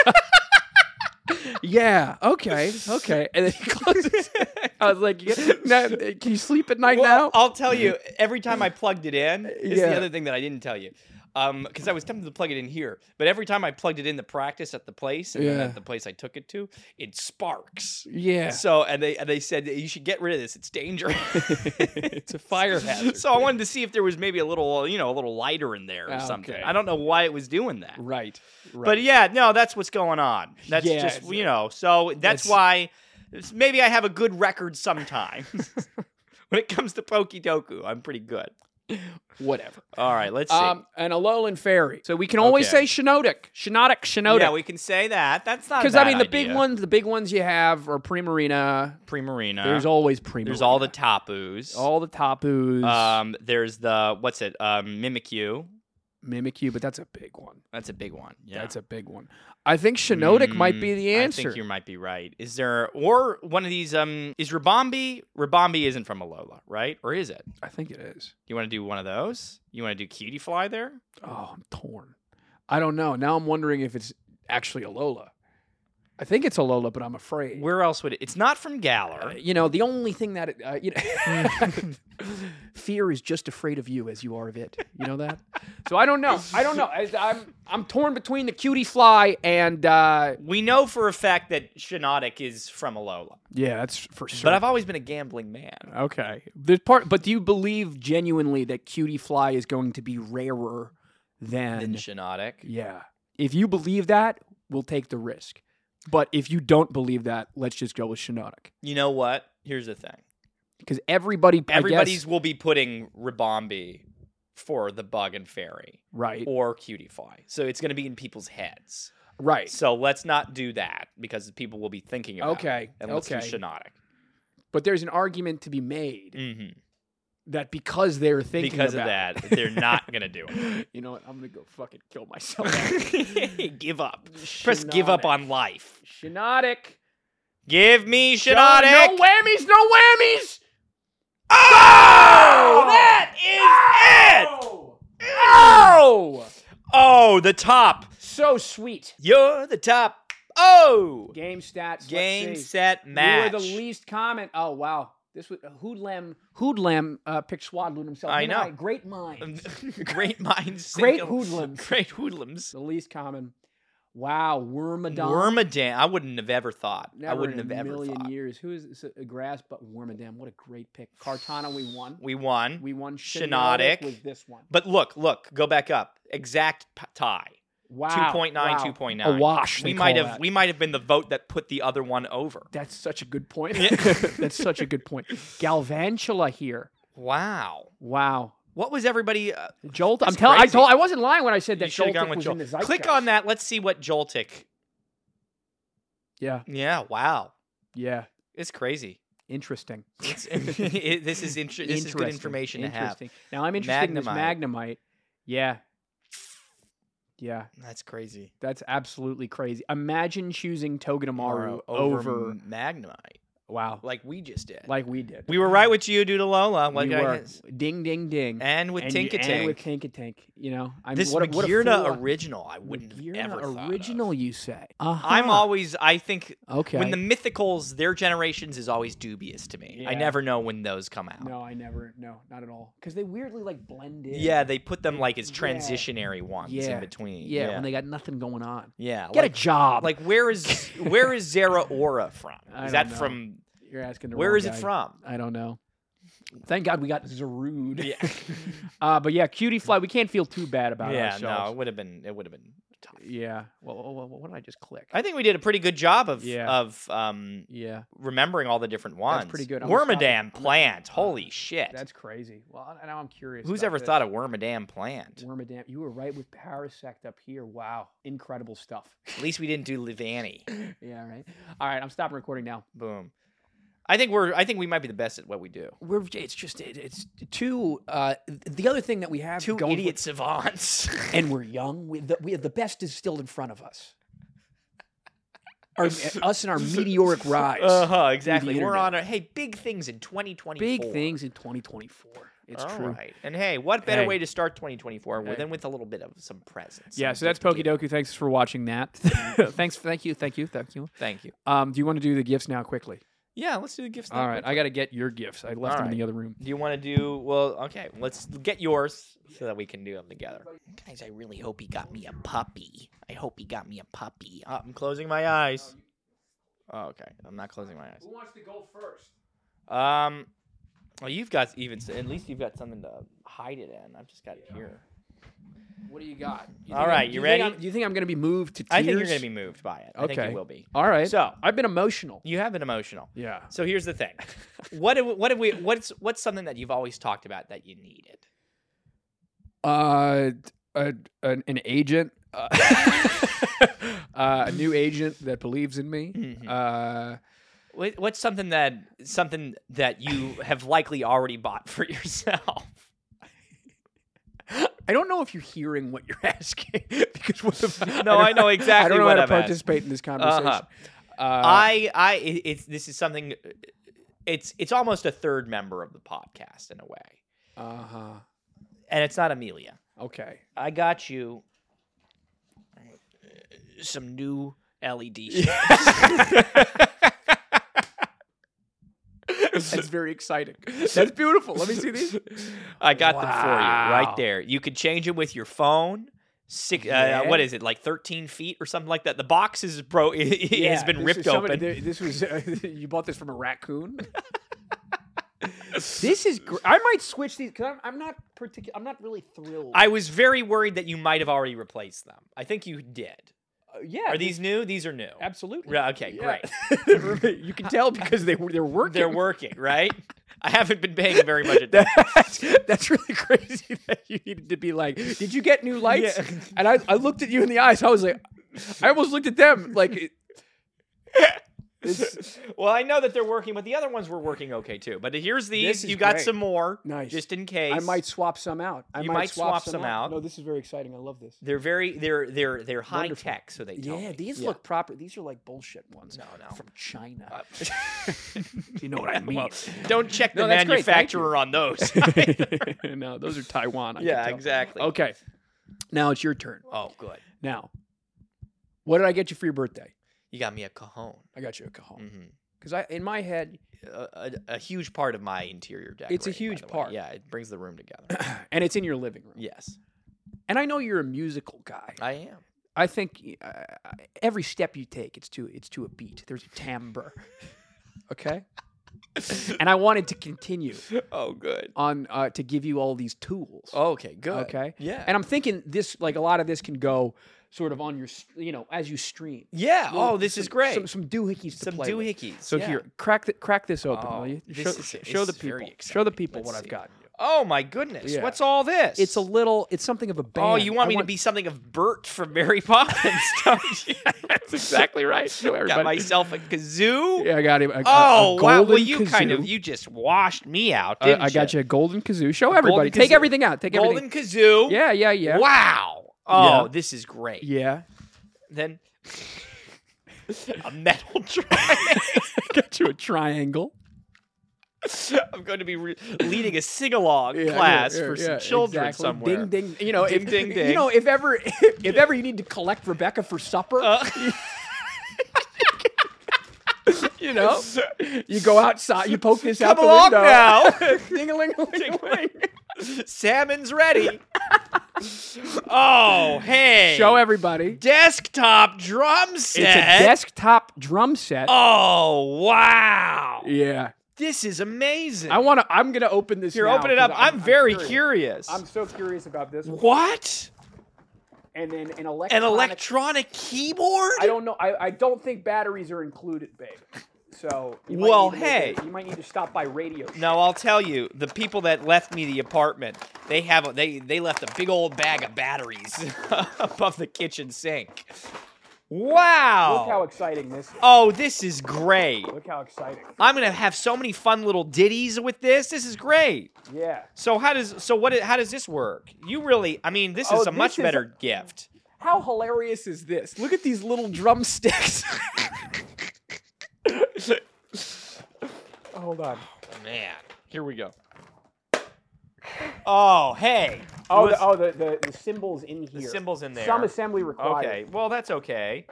Speaker 1: yeah, okay, okay. And then he closes it. I was like, "Yeah, now, can you sleep at night
Speaker 2: Well,
Speaker 1: now?
Speaker 2: I'll tell you, every time I plugged it in, this is
Speaker 1: Yeah.
Speaker 2: the other thing that I didn't tell you. Because I was tempted to plug it in here, but every time I plugged it in the practice at the place and then
Speaker 1: Yeah.
Speaker 2: at the place I took it to, it sparks.
Speaker 1: yeah.
Speaker 2: So and they and they said you should get rid of this. It's dangerous.
Speaker 1: it's a fire hazard.
Speaker 2: so I wanted to see if there was maybe a little you know a little lighter in there or something.
Speaker 1: Ah, Okay.
Speaker 2: I don't know why it was doing that.
Speaker 1: right, right.
Speaker 2: But yeah, no, that's what's going on. That's
Speaker 1: Yeah,
Speaker 2: just
Speaker 1: it's-
Speaker 2: you know. So that's
Speaker 1: That's-
Speaker 2: why it's- maybe I have a good record sometimes. when it comes to Pokitoku, I'm pretty good.
Speaker 1: whatever.
Speaker 2: All right, let's see.
Speaker 1: Um, an Alolan fairy. So we can always
Speaker 2: Okay.
Speaker 1: say Shinodic, Shinodic,
Speaker 2: yeah,
Speaker 1: Shinodic.
Speaker 2: we can say that. That's not
Speaker 1: Because I mean, the big ones, the big ones you have are Primarina.
Speaker 2: Primarina.
Speaker 1: There's always Primarina.
Speaker 2: there's all the Tapus.
Speaker 1: all the Tapus,
Speaker 2: um, there's the what's it? Um, Mimikyu.
Speaker 1: Mimikyu, but that's a big one.
Speaker 2: That's a big one. Yeah.
Speaker 1: That's a big one. I think Shinodic might be
Speaker 2: Mm,
Speaker 1: the
Speaker 2: I
Speaker 1: answer.
Speaker 2: think you might be right. Is there or one of these? Um, is Rabombi? Rabombi isn't from Alola, right? Or is it?
Speaker 1: I think it is.
Speaker 2: You want to do one of those? You want to do Cutie Fly there?
Speaker 1: Oh, I'm torn. I don't know. Now I'm wondering if it's actually Alola. I think it's Alola, but I'm afraid.
Speaker 2: Where else would it? It's not from
Speaker 1: Uh,
Speaker 2: Galar.
Speaker 1: you know, the only thing that it, uh, you know, fear is just afraid of you as you are of it. You know that. so I don't know. I don't know. I, I'm I'm torn between the cutie fly and uh,
Speaker 2: We know for a fact that Shinodic is from Alola,
Speaker 1: yeah, that's for sure.
Speaker 2: but I've always been a gambling man.
Speaker 1: Okay. There's part, but do you believe genuinely that Cutie Fly is going to be rarer than?
Speaker 2: Than Shinodic.
Speaker 1: yeah. If you believe that, we'll take the risk. But if you don't believe that, let's just go with Shinodic
Speaker 2: You know what? Here's the thing.
Speaker 1: because everybody, I
Speaker 2: Everybody's
Speaker 1: guess,
Speaker 2: will be putting Rabombi for the Bug and Fairy
Speaker 1: right,
Speaker 2: or Cutie Fly, so it's going to be in people's heads.
Speaker 1: right.
Speaker 2: So let's not do that because people will be thinking about it.
Speaker 1: Okay,
Speaker 2: And let's
Speaker 1: okay.
Speaker 2: do Shinodic.
Speaker 1: But there's an argument to be made
Speaker 2: hmm
Speaker 1: that because they're thinking
Speaker 2: Because of
Speaker 1: about
Speaker 2: that, they're not going to do
Speaker 1: it- you know what? I'm gonna go fucking kill myself.
Speaker 2: it. give up. Press give up
Speaker 1: Shinodic.
Speaker 2: on life.
Speaker 1: Shinodic.
Speaker 2: Give me
Speaker 1: No,
Speaker 2: Shinodic.
Speaker 1: no whammies. No whammies.
Speaker 2: oh, that is it.
Speaker 1: Oh,
Speaker 2: Oh, the top.
Speaker 1: so sweet.
Speaker 2: You're the top. Oh,
Speaker 1: Game stats.
Speaker 2: game,
Speaker 1: let
Speaker 2: set,
Speaker 1: You were
Speaker 2: match.
Speaker 1: the least comment. Oh wow, this was Hoodlem. Hoodlem uh, picked Swadloon himself.
Speaker 2: I
Speaker 1: You
Speaker 2: know.
Speaker 1: what? Great mind.
Speaker 2: Great minds.
Speaker 1: Great
Speaker 2: think of-
Speaker 1: hoodlums.
Speaker 2: Great hoodlums.
Speaker 1: the least common. Wow, Wormadon.
Speaker 2: Wormadam. I wouldn't have ever thought.
Speaker 1: Never
Speaker 2: I wouldn't
Speaker 1: in
Speaker 2: have
Speaker 1: a
Speaker 2: ever
Speaker 1: million
Speaker 2: thought.
Speaker 1: years. Who is this? a grass? But Wormadam. What a great pick. Cartana, we won.
Speaker 2: We won.
Speaker 1: We won.
Speaker 2: Shinodic.
Speaker 1: Shinodic with this one.
Speaker 2: But look, look, go back up. Exact p- tie.
Speaker 1: Wow.
Speaker 2: 2.9,
Speaker 1: wow.
Speaker 2: 2.9.
Speaker 1: A wash.
Speaker 2: We
Speaker 1: they
Speaker 2: might
Speaker 1: call
Speaker 2: have
Speaker 1: that.
Speaker 2: we might have been the vote that put the other one over.
Speaker 1: That's such a good point.
Speaker 2: Yeah.
Speaker 1: That's such a good point. Galvantula here.
Speaker 2: Wow.
Speaker 1: Wow.
Speaker 2: What was everybody uh,
Speaker 1: Jolt. I'm
Speaker 2: That's
Speaker 1: telling. I
Speaker 2: crazy.
Speaker 1: told. I wasn't lying when I said
Speaker 2: you
Speaker 1: that
Speaker 2: should have
Speaker 1: Joltik
Speaker 2: gone with
Speaker 1: was in the
Speaker 2: Jolt. Click
Speaker 1: zeitgeist.
Speaker 2: on that. Let's see what Joltik.
Speaker 1: Yeah.
Speaker 2: Yeah, wow.
Speaker 1: Yeah.
Speaker 2: It's crazy.
Speaker 1: Interesting.
Speaker 2: It's, it- this is inter- this is good
Speaker 1: Interesting,
Speaker 2: information to have.
Speaker 1: interesting. Now I'm interested in this Magnemite. Yeah. Yeah,
Speaker 2: That's crazy.
Speaker 1: that's absolutely crazy. Imagine choosing Togedemaru
Speaker 2: Tomorrow
Speaker 1: over
Speaker 2: Magnemite.
Speaker 1: Wow.
Speaker 2: like we just did.
Speaker 1: Like we did.
Speaker 2: we were right with you, due to Lola. Like
Speaker 1: We
Speaker 2: I
Speaker 1: were.
Speaker 2: guess.
Speaker 1: Ding, ding, ding.
Speaker 2: and with
Speaker 1: And you-
Speaker 2: Tinka
Speaker 1: And with
Speaker 2: Tank.
Speaker 1: Tinkatank. You know, I mean,
Speaker 2: This
Speaker 1: what a, what a
Speaker 2: Bagheera
Speaker 1: fool I-
Speaker 2: original, I wouldn't have
Speaker 1: Bagheera
Speaker 2: ever thought of.
Speaker 1: original, you say? uh
Speaker 2: I'm always, I think,
Speaker 1: okay.
Speaker 2: when the mythicals, their generations is always dubious to me. I
Speaker 1: Yeah.
Speaker 2: never know when those come out.
Speaker 1: no, I never. No, not at all. Because they weirdly like blend in.
Speaker 2: Yeah, they put them like as
Speaker 1: Yeah.
Speaker 2: transitionary ones in
Speaker 1: Yeah.
Speaker 2: between.
Speaker 1: yeah,
Speaker 2: yeah.
Speaker 1: When they got nothing going on.
Speaker 2: Yeah,
Speaker 1: Get
Speaker 2: like,
Speaker 1: a job.
Speaker 2: like where is where is Zara Aura from?
Speaker 1: I
Speaker 2: Is that
Speaker 1: don't know.
Speaker 2: from
Speaker 1: you're asking. The
Speaker 2: where
Speaker 1: wrong
Speaker 2: is it
Speaker 1: guy.
Speaker 2: from?
Speaker 1: I don't know. Thank God we got Zarude.
Speaker 2: Yeah,
Speaker 1: Uh, but yeah, cutie fly. We can't feel too bad about
Speaker 2: yeah. No, it
Speaker 1: ourselves.
Speaker 2: would have been it would have been tough.
Speaker 1: Yeah. Well, well, well, what did I just click?
Speaker 2: I think we did a pretty good job of
Speaker 1: Yeah.
Speaker 2: of um
Speaker 1: yeah,
Speaker 2: remembering all the different ones.
Speaker 1: pretty good. I'm gonna stop-
Speaker 2: Wormadam plant. Holy shit!
Speaker 1: that's crazy. Well, I- now I'm curious.
Speaker 2: Who's
Speaker 1: about
Speaker 2: ever
Speaker 1: this.
Speaker 2: thought of Wormadam plant?
Speaker 1: Wormadam? You were right with Parasect up here. Wow, incredible stuff.
Speaker 2: At least we didn't do Livani.
Speaker 1: yeah. Right. All right. I'm stopping recording now.
Speaker 2: Boom. I think we're I think we might be the best at what we do.
Speaker 1: We're. It's just. It, it's two. Uh, the other thing that we have.
Speaker 2: Two
Speaker 1: going for-
Speaker 2: idiot savants.
Speaker 1: and we're young. We, the, we, the best is still in front of us. Our, us and our meteoric rise.
Speaker 2: Uh huh. Exactly. We're
Speaker 1: internet.
Speaker 2: on a hey big things in 2024.
Speaker 1: Big things in 2024. It's
Speaker 2: All
Speaker 1: true.
Speaker 2: right. And hey, what better
Speaker 1: Hey.
Speaker 2: way to start 2024
Speaker 1: Hey.
Speaker 2: than with a little bit of some presence?
Speaker 1: Yeah,
Speaker 2: some
Speaker 1: so that's
Speaker 2: gift giving.
Speaker 1: Pokidoku. Thanks for watching that. Thanks, thank you, thank you, thank you.
Speaker 2: Thank you.
Speaker 1: Um, do you want to do the gifts now quickly?
Speaker 2: Yeah, let's do the gifts.
Speaker 1: All right, I got to get your gifts. I left them in
Speaker 2: right.
Speaker 1: the other room.
Speaker 2: Do you want to do well? Okay, let's get yours so that we can do them together. Guys, I really hope he got me a puppy. I hope he got me a puppy. Uh, I'm closing my eyes. Oh, okay. I'm not closing my eyes.
Speaker 1: Who wants to go first?
Speaker 2: Um, well, you've got even at least you've got something to hide it in. I've just got it here.
Speaker 1: What do you got? You
Speaker 2: All
Speaker 1: think I'm-
Speaker 2: right,
Speaker 1: do
Speaker 2: you
Speaker 1: think
Speaker 2: ready?
Speaker 1: I'm- Do you think I'm going to be moved to tears?
Speaker 2: I think you're gonna be moved by it. I think
Speaker 1: Okay.
Speaker 2: you will be.
Speaker 1: All right.
Speaker 2: So-
Speaker 1: I've been emotional.
Speaker 2: You have been emotional.
Speaker 1: Yeah.
Speaker 2: So here's the thing. What have, what have we what's what's something that you've always talked about that you needed?
Speaker 1: Uh, d- a, an, an agent, uh, uh, a new agent that believes in me.
Speaker 2: Mhm.
Speaker 1: Uh,
Speaker 2: What, what's something that something that you have likely already bought for yourself?
Speaker 1: Uh. I don't know if you're hearing what you're asking because what the,
Speaker 2: No, I know
Speaker 1: I
Speaker 2: exactly
Speaker 1: don't know
Speaker 2: what
Speaker 1: how
Speaker 2: I've
Speaker 1: to
Speaker 2: asked.
Speaker 1: participate in this conversation. uh
Speaker 2: I I it- it's this is something it's it's almost a third member of the podcast in a way.
Speaker 1: uh-huh.
Speaker 2: And it's not Amelia.
Speaker 1: Okay.
Speaker 2: I got you some new E LED
Speaker 1: That's very exciting. That's beautiful. Let me see these.
Speaker 2: I got them for you right
Speaker 1: Wow.
Speaker 2: there. You could change them with your phone. Six,
Speaker 1: Yeah.
Speaker 2: uh, what is it like? Thirteen feet or something like that. The box is bro. It, has
Speaker 1: Yeah,
Speaker 2: been
Speaker 1: this
Speaker 2: ripped
Speaker 1: is somebody-
Speaker 2: open.
Speaker 1: th- This was uh, you bought this from a raccoon. this is. Gr- I might switch these because I'm, I'm not particular. I'm not really thrilled.
Speaker 2: I was very worried that you might have already replaced them. I think you did.
Speaker 1: Uh, yeah.
Speaker 2: Are these new? These are new.
Speaker 1: absolutely?
Speaker 2: Yeah, okay,
Speaker 1: great. you can tell because they were they're working.
Speaker 2: They're working, right? I haven't been paying very much attention.
Speaker 1: that's, that's really crazy that you needed to be like, did you get new lights?
Speaker 2: Yeah.
Speaker 1: And I, I looked at you in the eyes. I was like, I almost looked at them like, it- this-
Speaker 2: well, I know that they're working, but the other ones were working okay too. But here's these.
Speaker 1: is
Speaker 2: You got
Speaker 1: great.
Speaker 2: some more,
Speaker 1: Nice.
Speaker 2: just in case.
Speaker 1: I might swap some out. I
Speaker 2: You might swap some out.
Speaker 1: No, this is very exciting. I love this.
Speaker 2: They're very. They're they're they're high
Speaker 1: Wonderful.
Speaker 2: tech. So they tell
Speaker 1: yeah,
Speaker 2: me.
Speaker 1: these
Speaker 2: Yeah.
Speaker 1: look proper. These are like bullshit ones.
Speaker 2: No, no.
Speaker 1: From China. you know what I mean?
Speaker 2: Well, don't check the
Speaker 1: No, that's great. Thank you.
Speaker 2: manufacturer on those.
Speaker 1: no, those are Taiwan. I can
Speaker 2: yeah,
Speaker 1: tell.
Speaker 2: exactly.
Speaker 1: Okay. Now it's your turn.
Speaker 2: Oh, good.
Speaker 1: Now, what did I get you for your birthday?
Speaker 2: You got me a cajon.
Speaker 1: I got you a cajon.
Speaker 2: hmm
Speaker 1: Because I, in my head,
Speaker 2: A, a, a huge part of my interior decorating.
Speaker 1: It's a
Speaker 2: by
Speaker 1: huge
Speaker 2: the way.
Speaker 1: part.
Speaker 2: Yeah, it brings the room together.
Speaker 1: and it's in your living room.
Speaker 2: yes,
Speaker 1: And I know you're a musical guy.
Speaker 2: I am.
Speaker 1: I think uh, every step you take, it's to it's to a beat. There's a timbre. okay. and I wanted to continue
Speaker 2: Oh, good.
Speaker 1: on uh, to give you all these tools.
Speaker 2: Okay, good.
Speaker 1: Okay.
Speaker 2: Oh, uh, Yeah.
Speaker 1: And I'm thinking this like a lot of this can go sort of on your s- you know as you stream.
Speaker 2: yeah.
Speaker 1: Little-
Speaker 2: oh, this is
Speaker 1: some-
Speaker 2: great.
Speaker 1: Some
Speaker 2: Some,
Speaker 1: some doohickeys to play. with.
Speaker 2: doohickeys.
Speaker 1: So
Speaker 2: yeah.
Speaker 1: here, crack the, crack this open.
Speaker 2: Oh,
Speaker 1: will you?
Speaker 2: this
Speaker 1: Show,
Speaker 2: is- this
Speaker 1: show the
Speaker 2: is very
Speaker 1: people. Show the
Speaker 2: exciting.
Speaker 1: people
Speaker 2: Let's
Speaker 1: what I've
Speaker 2: see.
Speaker 1: got. you.
Speaker 2: Oh my goodness.
Speaker 1: Yeah.
Speaker 2: What's all this?
Speaker 1: It's a little. It's something of a band.
Speaker 2: Oh, you want
Speaker 1: I
Speaker 2: me to be something of Bert from Mary Poppins? don't you?
Speaker 1: That's exactly right. Show
Speaker 2: got
Speaker 1: everybody.
Speaker 2: myself a kazoo.
Speaker 1: Yeah, I got him. A, a- a
Speaker 2: Oh wow! Well,
Speaker 1: golden
Speaker 2: you kind of
Speaker 1: kazoo.
Speaker 2: you just washed me out.
Speaker 1: I-
Speaker 2: Didn't
Speaker 1: I got you a golden kazoo. Show
Speaker 2: golden
Speaker 1: everybody. Take
Speaker 2: kazoo.
Speaker 1: everything out. Take
Speaker 2: Golden
Speaker 1: everything.
Speaker 2: kazoo.
Speaker 1: Yeah, yeah, yeah.
Speaker 2: Wow. Oh,
Speaker 1: Yeah.
Speaker 2: this is great.
Speaker 1: Yeah.
Speaker 2: Then a metal triangle.
Speaker 1: Got you a triangle.
Speaker 2: I'm going to be re- leading a sing along
Speaker 1: Yeah, yeah,
Speaker 2: class
Speaker 1: yeah,
Speaker 2: for some
Speaker 1: yeah,
Speaker 2: children
Speaker 1: exactly.
Speaker 2: somewhere.
Speaker 1: Ding ding. You know,
Speaker 2: Ding,
Speaker 1: if,
Speaker 2: ding,
Speaker 1: You
Speaker 2: ding.
Speaker 1: know, if ever, if ever you need to collect Rebecca for supper,
Speaker 2: Uh,
Speaker 1: you know, you go outside, you poke this out
Speaker 2: come
Speaker 1: the
Speaker 2: along
Speaker 1: window.
Speaker 2: now.
Speaker 1: Ding a ling a ling a ling.
Speaker 2: Salmon's ready. oh, hey.
Speaker 1: Show everybody.
Speaker 2: Desktop drum set.
Speaker 1: It's a desktop drum set.
Speaker 2: Oh, wow.
Speaker 1: Yeah,
Speaker 2: This is amazing.
Speaker 1: I want to. I'm gonna open this.
Speaker 2: Here,
Speaker 1: now
Speaker 2: open it
Speaker 1: 'cause
Speaker 2: up. I'm, very curious.
Speaker 1: I'm so curious about this. one.
Speaker 2: what?
Speaker 1: And then an electronic.
Speaker 2: An electronic keyboard?
Speaker 1: I don't know. I, I don't think batteries are included, babe. So you might
Speaker 2: Well,
Speaker 1: need to make
Speaker 2: hey.
Speaker 1: a- you might need to stop by radio. Shack.
Speaker 2: No, I'll tell you. The people that left me the apartment, they have a, they they left a big old bag of batteries above the kitchen sink.
Speaker 1: Look how
Speaker 2: Wow.
Speaker 1: exciting this is.
Speaker 2: Oh, this is great.
Speaker 1: Look how exciting.
Speaker 2: I'm gonna have so many fun little ditties with this. This is great.
Speaker 1: Yeah.
Speaker 2: So how does so what? i- How does this work? You really? I mean, this
Speaker 1: Oh,
Speaker 2: is a
Speaker 1: this
Speaker 2: much
Speaker 1: is a-
Speaker 2: better gift.
Speaker 1: How hilarious is this? Look at these little drumsticks. Hold on.
Speaker 2: Man, here we go. Oh hey.
Speaker 1: Oh,
Speaker 2: Let's-
Speaker 1: the, oh, the, the, the symbols in here.
Speaker 2: the symbols in there.
Speaker 1: Some assembly required.
Speaker 2: Okay, well that's okay.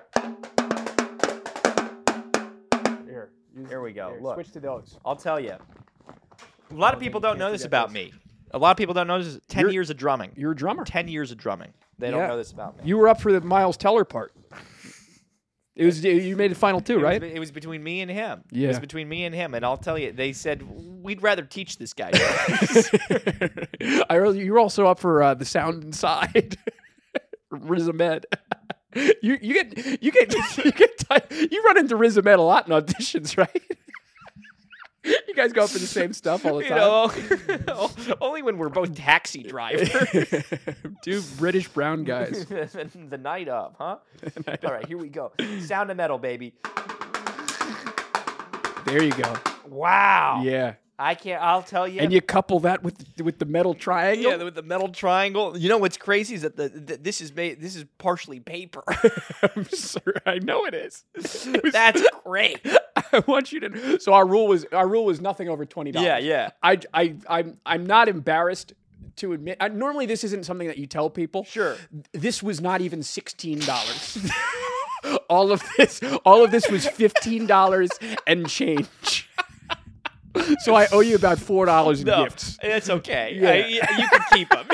Speaker 1: Here. use-
Speaker 2: Here we go,
Speaker 1: here,
Speaker 2: look.
Speaker 1: Switch to those.
Speaker 2: I'll tell you. A lot of
Speaker 1: then
Speaker 2: people
Speaker 1: Oh, you
Speaker 2: don't
Speaker 1: can't
Speaker 2: know this
Speaker 1: forget
Speaker 2: about
Speaker 1: this.
Speaker 2: me. A lot of people don't know this. Ten
Speaker 1: You're-
Speaker 2: years of drumming.
Speaker 1: You're a drummer.
Speaker 2: Ten years of drumming. They
Speaker 1: Yeah.
Speaker 2: don't know this about me.
Speaker 1: You were up for the Miles Teller part. It was you made the final two,
Speaker 2: It was
Speaker 1: right?
Speaker 2: be- It was, between me and him. It
Speaker 1: Yeah.
Speaker 2: was between me and him, and I'll tell you, they said we'd rather teach this guy.
Speaker 1: I really, you were also up for uh, the sound inside. Riz Ahmed. You you get you get you get ti- you run into Riz Ahmed a lot in auditions, right? you guys go up for the same stuff all the
Speaker 2: you
Speaker 1: time.
Speaker 2: know, only when we're both taxi drivers.
Speaker 1: Two British brown guys.
Speaker 2: the night of, huh? All right, here we go. Sound of metal, baby.
Speaker 1: There you go.
Speaker 2: Wow.
Speaker 1: Yeah.
Speaker 2: I can't. I'll tell you.
Speaker 1: And you couple that with with the metal triangle.
Speaker 2: Yeah, with the metal triangle. You know what's crazy is that the, th this is made. This is partially paper.
Speaker 1: I'm sure I know it is. It was-
Speaker 2: That's great.
Speaker 1: I want you to. So our rule was our rule was nothing over twenty dollars.
Speaker 2: Yeah, yeah.
Speaker 1: I, I, I'm, I'm not embarrassed to admit. I, normally, this isn't something that you tell people.
Speaker 2: Sure.
Speaker 1: This was not even sixteen dollars. all of this, all of this was fifteen dollars and change. so I owe you about four dollars in
Speaker 2: No,
Speaker 1: gifts.
Speaker 2: it's okay.
Speaker 1: Yeah.
Speaker 2: I- you can keep them.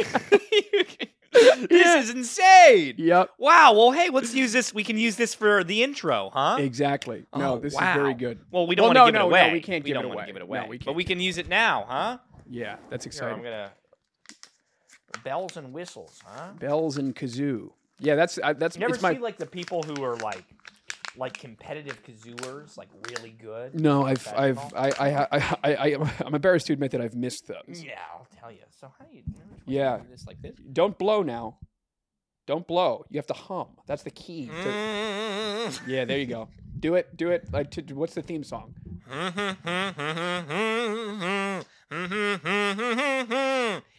Speaker 2: this is insane.
Speaker 1: Yep.
Speaker 2: Wow. Well, hey, let's use this. We can use this for the intro, huh?
Speaker 1: Exactly. No,
Speaker 2: Oh,
Speaker 1: this
Speaker 2: wow.
Speaker 1: is very good.
Speaker 2: Well, we don't
Speaker 1: no,
Speaker 2: want to
Speaker 1: no,
Speaker 2: give it away.
Speaker 1: No, we can't give
Speaker 2: don't
Speaker 1: it
Speaker 2: wanna
Speaker 1: away.
Speaker 2: give it away.
Speaker 1: No, we
Speaker 2: But
Speaker 1: can't.
Speaker 2: we can use it now, huh?
Speaker 1: yeah, that's
Speaker 2: Here,
Speaker 1: exciting.
Speaker 2: I'm gonna bells and whistles, huh?
Speaker 1: Bells and kazoo. Yeah, that's I, that's
Speaker 2: You never
Speaker 1: it's my
Speaker 2: see like the people who are like like competitive kazooers, like really good.
Speaker 1: No, I've, I've,
Speaker 2: professional?
Speaker 1: I, I, ha- I, I, I, I'm embarrassed to admit that I've missed those.
Speaker 2: Yeah, I'll tell you. So how do you? you know which way you
Speaker 1: Yeah.
Speaker 2: do This like this.
Speaker 1: Don't blow now. Don't blow. You have to hum. That's the key.
Speaker 2: Mm.
Speaker 1: To- yeah, there you go. Do it. Do it. Like, to, what's the theme song?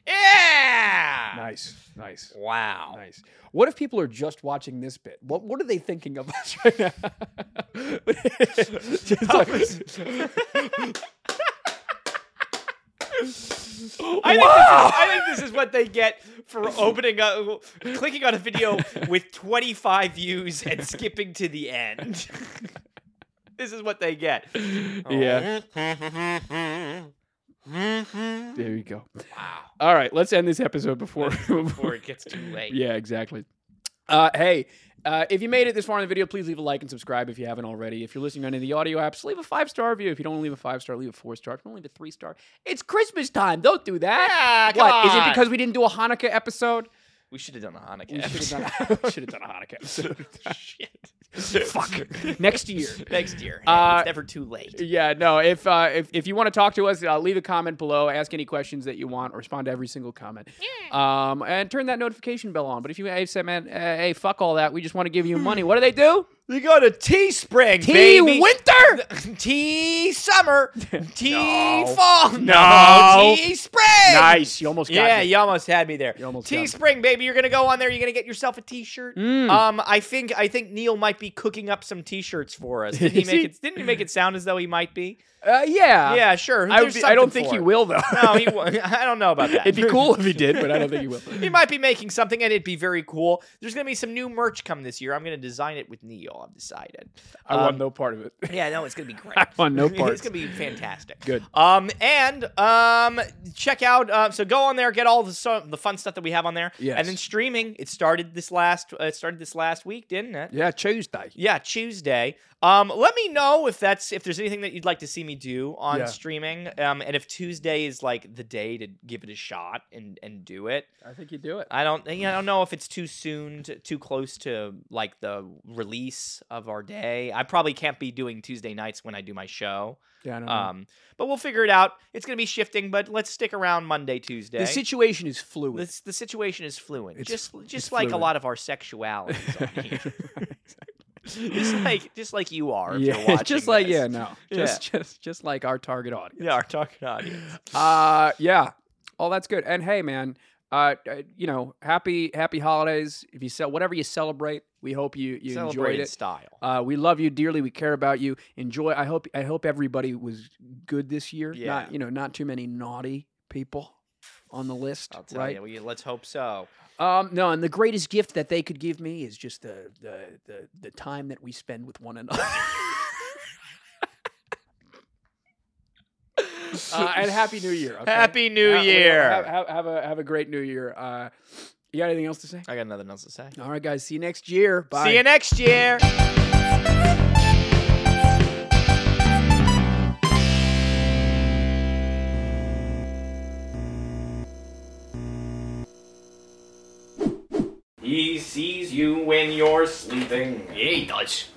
Speaker 2: yeah.
Speaker 1: Nice, nice,
Speaker 2: Wow.
Speaker 1: nice. What if people are just watching this bit? What What are they thinking of us right now? Just like-
Speaker 2: I think, this is, I think this is what they get for opening up, clicking on a video with 25 views and skipping to the end. this is what they get.
Speaker 1: yeah.
Speaker 2: Wow.
Speaker 1: There you go. All right, let's end this episode before
Speaker 2: Before it gets too late.
Speaker 1: Yeah, exactly. Uh, hey, uh, if you made it this far in the video, please leave a like and subscribe if you haven't already. If you're listening on any of the audio apps, leave a five star review. If you don't leave a five star, leave a four star. If you don't leave a three star, it's Christmas time. Don't do that.
Speaker 2: Yeah, Ah, come
Speaker 1: What, is
Speaker 2: on.
Speaker 1: it because we didn't do a Hanukkah episode?
Speaker 2: We should have done a Hanukkah.
Speaker 1: We should
Speaker 2: episode.
Speaker 1: have done, should have done a Hanukkah episode.
Speaker 2: Shit.
Speaker 1: Fuck. Next year.
Speaker 2: Next year.
Speaker 1: Uh,
Speaker 2: it's never too late.
Speaker 1: Yeah, no. If uh, if if you want to talk to us, uh, leave a comment below. Ask any questions that you want. Respond to every single comment. Um, and turn that notification bell on. But if you hey, say, man, uh, hey, fuck all that. We just want to give you money. What do they do?
Speaker 2: You go to Teespring,
Speaker 1: Tea
Speaker 2: baby.
Speaker 1: winter?
Speaker 2: tea summer, tea
Speaker 1: No.
Speaker 2: fall,
Speaker 1: No.
Speaker 2: tea spring.
Speaker 1: Nice. You almost got
Speaker 2: Yeah,
Speaker 1: me.
Speaker 2: you almost had me there.
Speaker 1: You almost got me.
Speaker 2: Teespring, baby, you're gonna go on there. You're gonna get yourself a T-shirt.
Speaker 1: Mm.
Speaker 2: Um, I think I think Neil might be cooking up some T-shirts for us. Didn't he
Speaker 1: Is
Speaker 2: make
Speaker 1: he?
Speaker 2: it? Didn't he make it sound as though he might be?
Speaker 1: Uh, yeah.
Speaker 2: yeah, sure.
Speaker 1: I,
Speaker 2: There's
Speaker 1: would be- I don't
Speaker 2: something
Speaker 1: think
Speaker 2: for
Speaker 1: he
Speaker 2: it.
Speaker 1: will though.
Speaker 2: No, he. won't. I don't know about that.
Speaker 1: It'd be cool if he did, but I don't think he will.
Speaker 2: He might be making something, and it'd be very cool. There's gonna be some new merch come this year. I'm gonna design it with Neil. I've decided.
Speaker 1: I want
Speaker 2: Um,
Speaker 1: no part of it.
Speaker 2: Yeah, no, it's gonna be great.
Speaker 1: I want no
Speaker 2: It's
Speaker 1: parts.
Speaker 2: gonna be fantastic.
Speaker 1: Good.
Speaker 2: Um, and um, check out. Uh, so go on there, get all the so, the fun stuff that we have on there.
Speaker 1: Yes.
Speaker 2: And then streaming. It started this last. Uh, it started this last week, didn't it?
Speaker 1: Yeah, Tuesday.
Speaker 2: Yeah, Tuesday. Um, let me know if that's if there's anything that you'd like to see me do on
Speaker 1: Yeah.
Speaker 2: streaming. Um, and if Tuesday is like the day to give it a shot and and do it.
Speaker 1: I think you do it.
Speaker 2: I don't. You know, I don't know if it's too soon, to, too close to like the release of our day. I probably can't be doing Tuesday nights when I do my show.
Speaker 1: Yeah, I don't know.
Speaker 2: Um, but we'll figure it out. It's gonna be shifting, but let's stick around Monday, Tuesday.
Speaker 1: the situation is
Speaker 2: The
Speaker 1: fluid.
Speaker 2: s- the situation is fluent,
Speaker 1: It's-
Speaker 2: just
Speaker 1: it's
Speaker 2: just like a
Speaker 1: fluid.
Speaker 2: lot of our sexualities on here. just
Speaker 1: Exactly.
Speaker 2: like just like you are. If you're
Speaker 1: yeah,
Speaker 2: watching
Speaker 1: just like
Speaker 2: this.
Speaker 1: yeah, no, just just just like our target audience.
Speaker 2: Yeah, our talking audience.
Speaker 1: Uh, yeah. Oh, that's good. And hey, man, uh, uh, you know, happy happy holidays. If you sell whatever you celebrate, we hope you you
Speaker 2: Celebrate
Speaker 1: enjoyed
Speaker 2: in
Speaker 1: it.
Speaker 2: style.
Speaker 1: Uh, we love you dearly. We care about you. Enjoy. I hope. I hope everybody was good this year.
Speaker 2: Yeah.
Speaker 1: Not you know, not too many naughty people on the list.
Speaker 2: I'll tell
Speaker 1: right.
Speaker 2: you. We, let's hope so.
Speaker 1: Um, no, and the greatest gift that they could give me is just the the the, the time that we spend with one another. uh, and happy New Year. Uh, okay?
Speaker 2: Happy New
Speaker 1: Ha- we-
Speaker 2: Year.
Speaker 1: Have, have- have a have a great New Year. Uh, you got anything else to say?
Speaker 2: I got nothing else to say.
Speaker 1: All right, guys. See you next year. Bye.
Speaker 2: Uh, See you next year. He sees you when you're sleeping.
Speaker 3: Yeah, he does.